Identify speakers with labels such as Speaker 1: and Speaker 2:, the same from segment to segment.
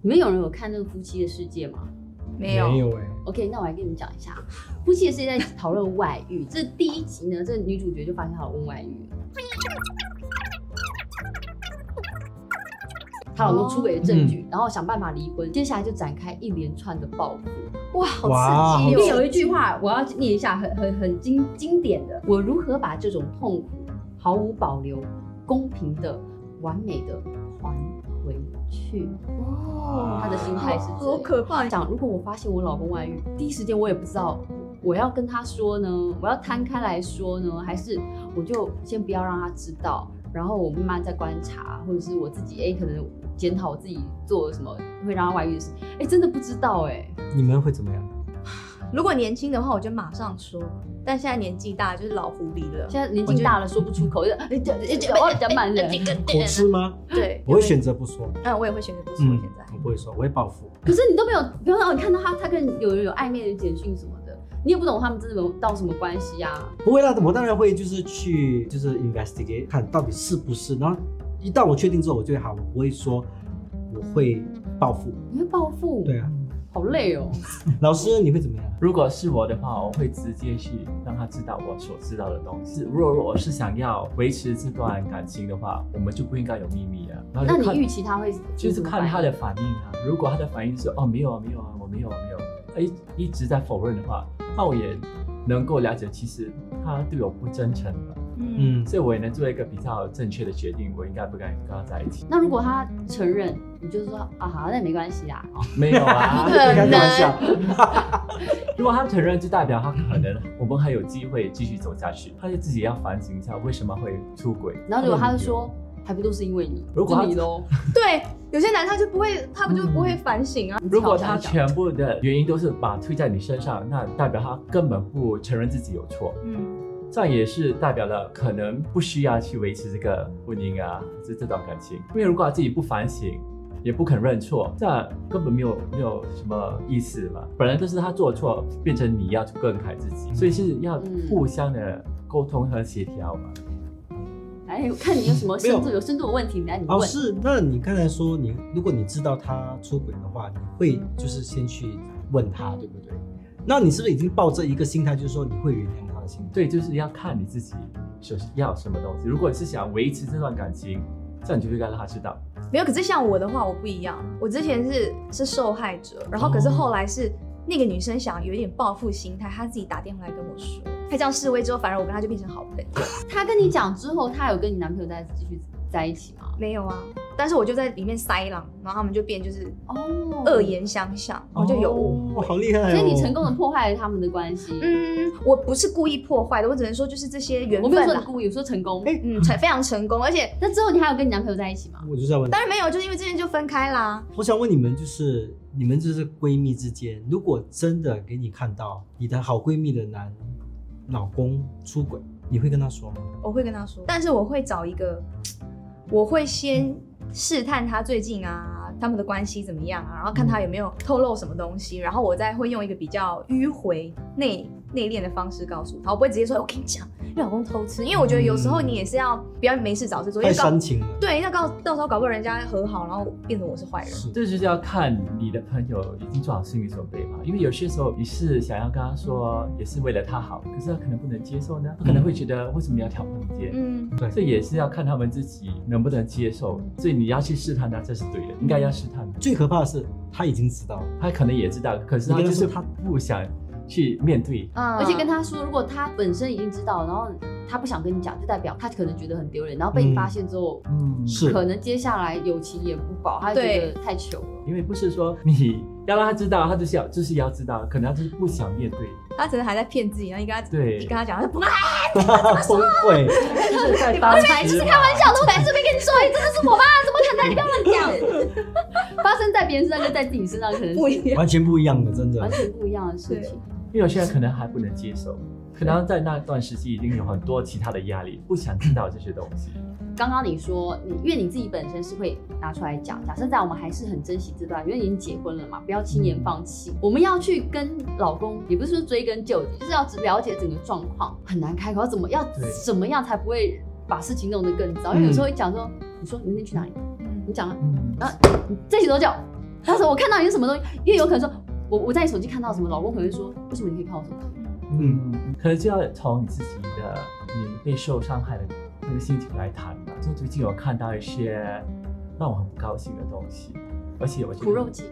Speaker 1: 你们有人有看那个《夫妻的世界》吗？
Speaker 2: 没有，
Speaker 3: 哎、
Speaker 1: OK，那我来跟你们讲一下，夫妻也是在讨论外遇。这第一集呢，这女主角就发现她老公外遇了，她老公出轨的证据，然后想办法离婚。接下来就展开一连串的报复。
Speaker 2: 哇，好
Speaker 3: 哇
Speaker 2: 刺
Speaker 1: 里
Speaker 2: 激
Speaker 1: 面
Speaker 2: 哦！
Speaker 1: 有一句话，我要念一下，很很很经经典的：我如何把这种痛苦毫无保留、公平的、完美的还回去？
Speaker 2: 哦
Speaker 1: 她的心态是这样
Speaker 2: 好可怕！
Speaker 1: 想，如果我发现我老公外遇，第一时间我也不知道我要跟他说呢，我要摊开来说呢，还是我就先不要让他知道，然后我慢慢再观察，或者是我自己哎、可能检讨我自己做了什么会让他外遇的事，哎、真的不知道哎、
Speaker 3: 你们会怎 么样？
Speaker 2: 如果年轻的话，我就马上说，但现在年纪大，就是老狐狸了。
Speaker 1: 现在年纪大了说不出口，就哎讲 讲讲满人。
Speaker 3: 口吃吗？
Speaker 2: 对，
Speaker 3: 我会选择不说。
Speaker 2: 嗯，我也会选择不说。
Speaker 3: 嗯
Speaker 2: 现在，
Speaker 3: 我不会说，我会报复。
Speaker 1: 可是你都没有，比方说你看到他，他跟有人有暧昧的简讯什么的，你也不懂他们真的有到什么关系啊。
Speaker 3: 不会啦，我当然会就是去就是 investigate 看到底是不是。然后一旦我确定之后，我就会好，我不会说我会报复。
Speaker 1: 你会报复，
Speaker 3: 对啊，
Speaker 1: 好累哦。
Speaker 3: 老师你会怎么样？
Speaker 4: 如果是我的话，我会直接去让他知道我所知道的东西。如果我是想要维持这段感情的话，我们就不应该有秘密了。然后
Speaker 1: 那
Speaker 4: 就
Speaker 1: 你
Speaker 4: 看
Speaker 1: 预期他会
Speaker 4: 就是
Speaker 1: 怎么
Speaker 4: 看
Speaker 1: 反
Speaker 4: 他
Speaker 1: 应
Speaker 4: 的反应啊。如果他的反应是哦没有啊没有啊我没有啊没有啊，他一一直在否认的话，那我也能够了解其实他对我不真诚了。
Speaker 2: 嗯，
Speaker 3: 嗯，
Speaker 4: 所以我也能做一个比较正确的决定，我应该不该跟他在一起。
Speaker 1: 那如果他承认，你就说啊，好，那没关系啦。哦
Speaker 4: 没有啊
Speaker 2: 不，可
Speaker 3: 开
Speaker 2: 能
Speaker 3: 玩笑。
Speaker 4: 如果他承认，就代表他可能我们还有机会继续走下去，他就自己要反省一下为什么会出轨。
Speaker 1: 然后如果他就说，还不都是因为你，
Speaker 4: 如果
Speaker 1: 就
Speaker 4: 他
Speaker 1: 你喽，
Speaker 2: 对，有些男他就不会，他不就不会反省啊？
Speaker 1: 你
Speaker 4: 如果
Speaker 1: 自己好
Speaker 4: 他
Speaker 1: 好想一想
Speaker 4: 全部的原因都是把推在你身上，那代表他根本不承认自己有错，
Speaker 2: 嗯，
Speaker 4: 这样也是代表了可能不需要去维持这个婚姻啊，这这段感情。因为如果他自己不反省，也不肯认错，这样根本没有没有什么意思嘛。本来就是他做错，变成你要去更改自己，所以是要
Speaker 1: 嗯
Speaker 4: 互相的沟通和协调嘛。
Speaker 1: 哎，我看你有什么深度
Speaker 3: 没
Speaker 1: 有深度的问题，来你
Speaker 3: 老
Speaker 1: 问。
Speaker 3: 师，那你刚才说你，如果你知道他出轨的话，你会就是先去问他，对不对？那你是不是已经抱着一个心态，就是说你会原谅他的心态？
Speaker 4: 对，就是要看你自己所要什么东西。如果你是想维持这段感情，这样你就应该让他知道。
Speaker 2: 没有。可是像我的话，我不一样。我之前是是受害者，然后可是后来是那个女生想有一点报复心态，她自己打电话来跟我说，她这样示威之后，反而我跟她就变成好朋友。
Speaker 1: 他跟你讲之后，他有跟你男朋友再继续在一起吗？
Speaker 2: 没有啊，但是我就在里面塞狼，然后他们就变就是
Speaker 1: 哦，
Speaker 2: 恶。言相向，我就有误
Speaker 3: 哦，好厉害、哦！
Speaker 1: 所以你成功的破坏了他们的关系。
Speaker 2: 嗯，我不是故意破坏的，我只能说就是这些缘
Speaker 1: 我没有
Speaker 2: 分
Speaker 1: 说你
Speaker 2: 啦。
Speaker 1: 故意，我说成功。
Speaker 3: 哎
Speaker 2: 嗯，成非常成功，而且
Speaker 1: 那之后你还有跟你男朋友在一起吗？
Speaker 3: 我就在问，
Speaker 2: 当然没有，就是因为这件就分开啦。
Speaker 3: 我想问你们，就是你们这是闺蜜之间，如果真的给你看到你的好闺蜜的男老公出轨，你会跟她说吗？
Speaker 2: 我会跟他说，但是我会找一个，我会先试探他最近啊，他们的关系怎么样啊，然后看他有没有透露什么东西，然后我再会用一个比较迂回内内敛的方式告诉他，我不会直接说我跟你讲，你老公偷吃，因为我觉得有时候你也是要不要没事找事做，因
Speaker 3: 太
Speaker 2: 为搞
Speaker 3: 煽情了。
Speaker 2: 对，要搞到时候搞不好人家和好，然后变成我是坏人。
Speaker 3: 是
Speaker 4: 这就是要看你的朋友已经做好心理准备嘛，因为有些时候你是想要跟他说，也是为了他好，可是他可能不能接受呢，他可能会觉得为什么要挑拨离间？
Speaker 2: 嗯，
Speaker 4: 这也是要看他们自己能不能接受，所以你要去试探他，这是对的，应该要试探的。
Speaker 3: 最可怕的是他已经知道了，
Speaker 4: 他可能也知道，可是
Speaker 3: 你
Speaker 4: 他
Speaker 3: 跟
Speaker 4: 就
Speaker 3: 他
Speaker 4: 是
Speaker 3: 说
Speaker 4: 他不想去面对。
Speaker 2: 而
Speaker 1: 而且跟他说，如果他本身已经知道，然后他不想跟你讲，就代表他可能觉得很丢脸，然后被你
Speaker 3: 嗯
Speaker 1: 发现之后，
Speaker 4: 嗯，
Speaker 3: 是
Speaker 1: 可能接下来友情也不保，他就觉得太糗了。
Speaker 4: 因为不是说你要让他知道，他就是要就是要知道，可能他就是不想面对。
Speaker 2: 他可能还在骗自己，然后你跟他
Speaker 4: 对
Speaker 2: 你跟他讲， 他就不
Speaker 3: 崩溃。
Speaker 4: 就是在
Speaker 2: 你
Speaker 4: 当
Speaker 2: 们
Speaker 4: 时
Speaker 2: 这边就是
Speaker 4: 嘛
Speaker 2: 开玩笑的，我每次没跟你说，哎，真的是我妈，怎么可能？你不要乱
Speaker 1: 发生在别人身上跟在自己身上可能是
Speaker 2: 讲，不一样。
Speaker 3: 完全不一样的，真
Speaker 1: 完
Speaker 3: 的。
Speaker 1: 全不一样的事情。
Speaker 4: 因为有些人可能还不能接受，可能在那段时期已经有很多其他的压力，不想知道这些东西。
Speaker 1: 刚刚你说你，因为你自己本身是会拿出来讲。假设在我们还是很珍惜这段，因为已经结婚了嘛，不要轻言放
Speaker 2: 嗯
Speaker 1: 弃。我们要去跟老公，也不是说追根究底，就是要了解整个状况，很难开口。要怎么要
Speaker 4: 对
Speaker 1: 怎么样才不会把事情
Speaker 2: 嗯
Speaker 1: 弄得更糟？因为有时候会讲说，你说你明天去哪里？你讲了，
Speaker 4: 嗯，
Speaker 1: 这一起多久？当时我看到你是什么东西，因为有可能说，我我在你手机看到什么，老公可能会说，为什么你可以看我手
Speaker 4: 啊
Speaker 1: 机？
Speaker 4: 嗯，可能就要从你自己的你被受伤害的那个心情来谈吧。就最近有看到一些让我很不高兴的东西，而且我觉得
Speaker 1: 苦肉计，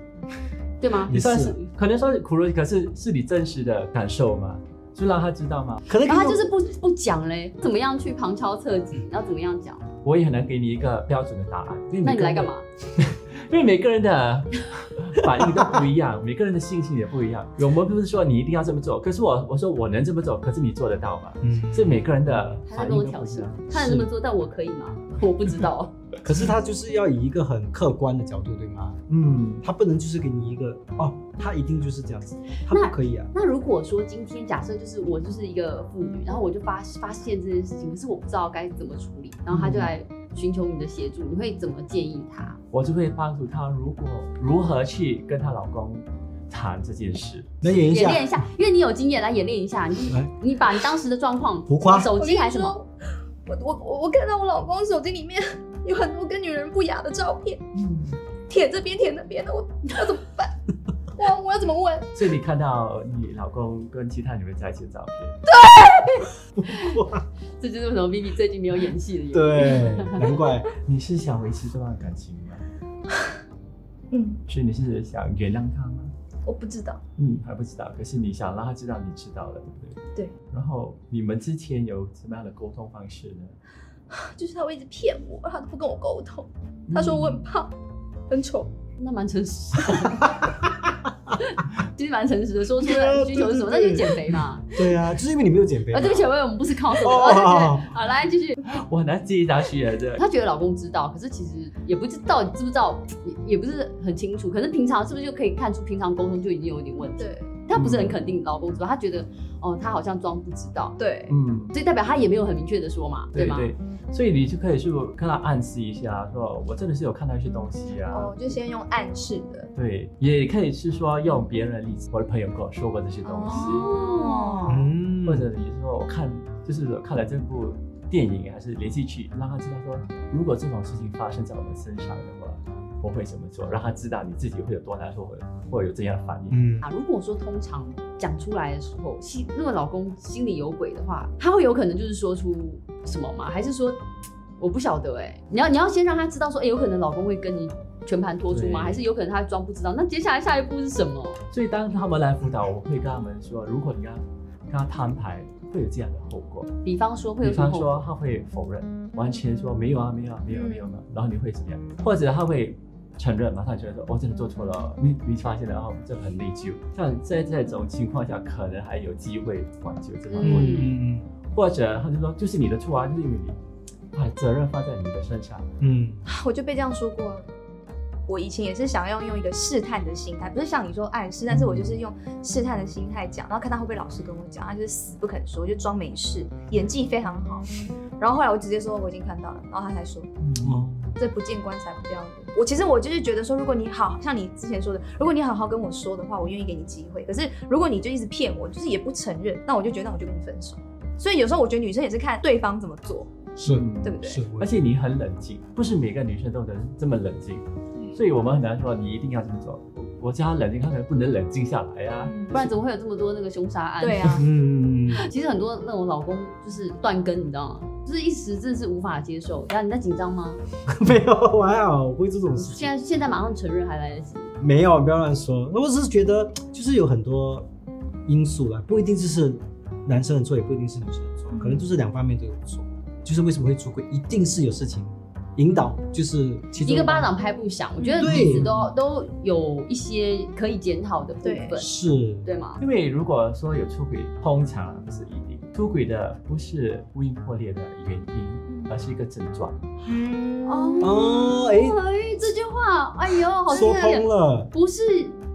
Speaker 1: 对吗？
Speaker 4: 也算
Speaker 3: 也
Speaker 4: 是
Speaker 3: 是
Speaker 4: 可能说苦肉计，可是是你真实的感受嘛，就让他知道嘛。
Speaker 3: 可能
Speaker 1: 然后他
Speaker 3: 跟
Speaker 1: 就是不不讲嘞，怎么样去旁敲侧
Speaker 4: 嗯
Speaker 1: 击，然后怎么样讲？
Speaker 4: 我也很难给你一个标准的答案，因为
Speaker 1: 那
Speaker 4: 每
Speaker 1: 你
Speaker 4: 个
Speaker 1: 来
Speaker 4: 人的
Speaker 1: 干嘛？？
Speaker 4: 因为每个人的 反应都不一样，每个人的性情也不一样。我们不是说你一定要这么做，可是我我说我能这么做，可是你做得到吗？
Speaker 3: 嗯
Speaker 4: 所以每个人的
Speaker 1: 他在
Speaker 4: 反
Speaker 1: 跟
Speaker 4: 应
Speaker 1: 我
Speaker 4: 都
Speaker 1: 挑
Speaker 4: 不一
Speaker 1: 衅
Speaker 4: 样。，
Speaker 1: 他能这么做，但我可以 吗？我不知道，
Speaker 3: 可是他就是要以一个很客观的角度，对吗？
Speaker 4: 嗯，
Speaker 3: 他不能就是给你一个哦，他一定就是这样子，他
Speaker 1: 那
Speaker 3: 不可以啊。
Speaker 1: 那如果说今天假设就是我就是一个妇女，然后我就发发现这件事情，可是我不知道该怎么处理，然后他就来寻求你的协助，你会怎么建议他？
Speaker 4: 我就会帮助她，如果如何去跟她老公谈这件事。
Speaker 3: 能演一
Speaker 1: 演
Speaker 3: 下？
Speaker 1: 练一下，因为你有经验，来演练一下，你
Speaker 3: 来
Speaker 1: 你把你当时的状况，
Speaker 3: 浮夸
Speaker 1: 手
Speaker 2: 我跟
Speaker 1: 机
Speaker 2: 你
Speaker 1: 还是什么？
Speaker 2: 说，我我我我看到我老公手机里面 有很多跟女人不雅的照片，
Speaker 4: 嗯，
Speaker 2: 舔这边舔那边的，我我怎么 办？我我要怎么问？
Speaker 4: 所以你看到你老公跟其他女人在一起的照片，
Speaker 1: 这就是为什么 Vivi 最近没有演戏的原因。
Speaker 3: 对，难怪
Speaker 4: 你是想维持这段感情吗？
Speaker 2: 嗯，
Speaker 4: 所以你是想原谅他吗？
Speaker 2: 我不知道。
Speaker 4: 嗯，还不知道。可是你想让他知道你知道了，对不对？
Speaker 2: 对。
Speaker 4: 然后你们之前有什么样的沟通方式呢？
Speaker 2: 就是他会一直骗我，他都不跟我沟通。
Speaker 1: 嗯
Speaker 2: 他说我
Speaker 4: 嗯
Speaker 2: 很胖，很丑。
Speaker 1: 那蛮诚实的，其实蛮诚实的，说出来需求是什么，那
Speaker 3: 对对对
Speaker 1: 就是减肥嘛。
Speaker 3: 对啊，就是因为你没有减肥嘛。
Speaker 1: 啊，对不起，我们不是靠什么。
Speaker 3: 哦
Speaker 1: 啊对不 起好，来继续。
Speaker 4: 嗯 我很难接下去啊，这
Speaker 1: 她觉得老公知道，可是其实也不知道知不知道，也也不是很清楚。可是平常是不是就可以看出，平常沟通就已经有点问题？
Speaker 2: 对
Speaker 1: 她不是
Speaker 3: 嗯
Speaker 1: 很肯定老公知道，她觉得哦，他好像装不知道，
Speaker 2: 对，
Speaker 4: 嗯，
Speaker 1: 所以代表他也没有很明确的说嘛，
Speaker 4: 对
Speaker 1: 吗？
Speaker 4: 对，所以你就可以去跟他暗示一下，说我真的是有看到一些东西啊。
Speaker 2: 哦，就先用暗示的。
Speaker 4: 对，也可以是说用别人的例子，我的朋友跟我说过这些东西，
Speaker 1: 哦，
Speaker 3: 嗯，
Speaker 4: 或者你说我看就是我看了这部电影还是连续剧，让他知道说，如果这种事情发生在我们身上的话，我会怎么做，让他知道你自己会有多难受，或者会有怎样的反应。
Speaker 3: 嗯，
Speaker 1: 啊，如果说通常讲出来的时候，心如果老公心里有鬼的话，他会有可能就是说出什么吗？还是说我不晓得、欸？哎，你要你要先让他知道说，哎、有可能老公会跟你全盘托出吗？
Speaker 4: 对
Speaker 1: 还是有可能他装不知道？那接下来下一步是什么？
Speaker 4: 所以当他们来辅导，我会跟他们说，如果你跟他跟他摊牌，会有这样的后果。
Speaker 1: 比方说会
Speaker 4: 比
Speaker 1: 有什么
Speaker 4: 方
Speaker 1: 后果？嗯
Speaker 4: 说他会否认，完全说没有啊，没有啊，没有啊没有啊，然后你会怎么样？或者他会承认，马上觉得说我、真的做错了，你你发现了，然后这很内疚。像在这种情况下，可能还有机会挽救这段婚姻。
Speaker 3: 嗯
Speaker 4: 或者他就说就是你的错啊，就是因为你把责任放在你的身上。
Speaker 3: 嗯
Speaker 2: 我就被这样说过啊。我以前也是想要用一个试探的心态，不是像你说暗示，但是我就是用试探的心态讲，然后看他会不会老实跟我讲，他就是死不肯说，就装没事，演技非常好。然后后来我直接说我已经看到了，然后他才说
Speaker 3: 嗯，哦，
Speaker 2: 这不见棺材不掉泪。我其实我就是觉得说，如果你好像你之前说的，如果你好好跟我说的话，我愿意给你机会。可是如果你就一直骗我，就是也不承认，那我就觉得那我就跟你分手。所以有时候我觉得女生也是看对方怎么做，
Speaker 3: 是
Speaker 4: 嗯
Speaker 2: 对不对？
Speaker 3: 是，
Speaker 4: 而且你很冷静，不是每个女生都能这么冷静，所以我们很难说你一定要这么做。我我叫她冷静，她可能不能冷静下来啊。
Speaker 1: 不然怎么会有这么多那个凶杀案？
Speaker 2: 对，啊，
Speaker 3: 嗯，
Speaker 1: 其实很多那种老公就是断根，你知道吗？就是一时真的是无法接受。然后你在紧张吗？
Speaker 3: 没有，还好，我不会这种事情。
Speaker 1: 现在现在马上承认还来得及。
Speaker 3: 没有，不要乱说。我只是觉得，就是有很多因素啦，不一定就是男生的错，也不一定是女生的
Speaker 1: 嗯
Speaker 3: 错，可能就是两方面都有错。就是为什么会出轨，一定是有事情引导，就是其中嗯
Speaker 1: 一个巴掌拍不响，我觉得
Speaker 3: 对
Speaker 1: 彼此都都有一些可以检讨的部分，
Speaker 2: 对
Speaker 3: 是，
Speaker 1: 对吗？
Speaker 4: 因为如果说有出轨，通常不是一定出轨的不是婚姻破裂的原因，而是一个症状。
Speaker 2: 嗯
Speaker 3: 哦，哎，
Speaker 1: 哎，这句话，哎呦，好
Speaker 3: 说
Speaker 1: 心
Speaker 3: 通
Speaker 1: 疼。
Speaker 3: 了。
Speaker 1: 不是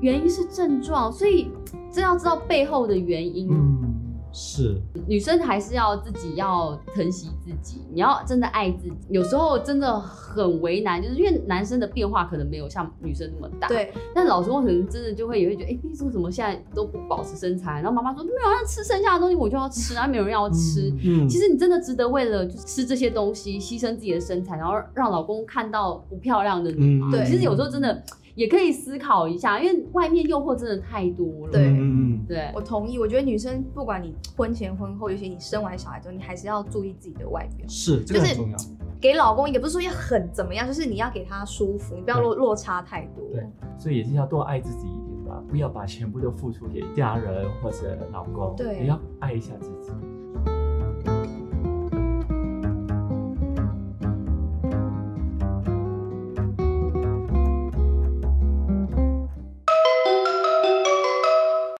Speaker 1: 原因是症状，所以嗯真要知道背后的原因。
Speaker 4: 嗯，
Speaker 3: 是，
Speaker 1: 女生还是要自己要疼惜自己，你要真的爱自己。有时候真的很为难，就是因为男生的变化可能没有像女生那么大。。
Speaker 2: 对，
Speaker 1: 但老师我可能真的就会也会觉得，哎、你为什么现在都不保持身材？然后妈妈说没有，要吃剩下的东西我就要吃，然后没有人要吃。
Speaker 4: 嗯
Speaker 3: 嗯，
Speaker 1: 其实你真的值得为了就是吃这些东西，牺牲自己的身材，然后让老公看到不漂亮的你吗？
Speaker 3: 嗯
Speaker 2: 对
Speaker 1: 其实有时候真的也可以思考一下，因为外面诱惑真的太多了。
Speaker 2: 对
Speaker 3: 嗯嗯
Speaker 1: 对
Speaker 2: 我同意，我觉得女生不管你婚前婚后，尤其你生完小孩之后，你还是要注意自己的外表
Speaker 3: 嗯，，是这个
Speaker 2: 就
Speaker 3: 很
Speaker 2: 是
Speaker 3: 重要。
Speaker 2: 给老公也不是说要很怎么样，就是你要给他舒服，你不要落落差太多。
Speaker 3: 对
Speaker 4: 所以也是要多爱自己一点吧，不要把全部都付出给家人或者老公，
Speaker 2: 对
Speaker 4: 也要爱一下自己。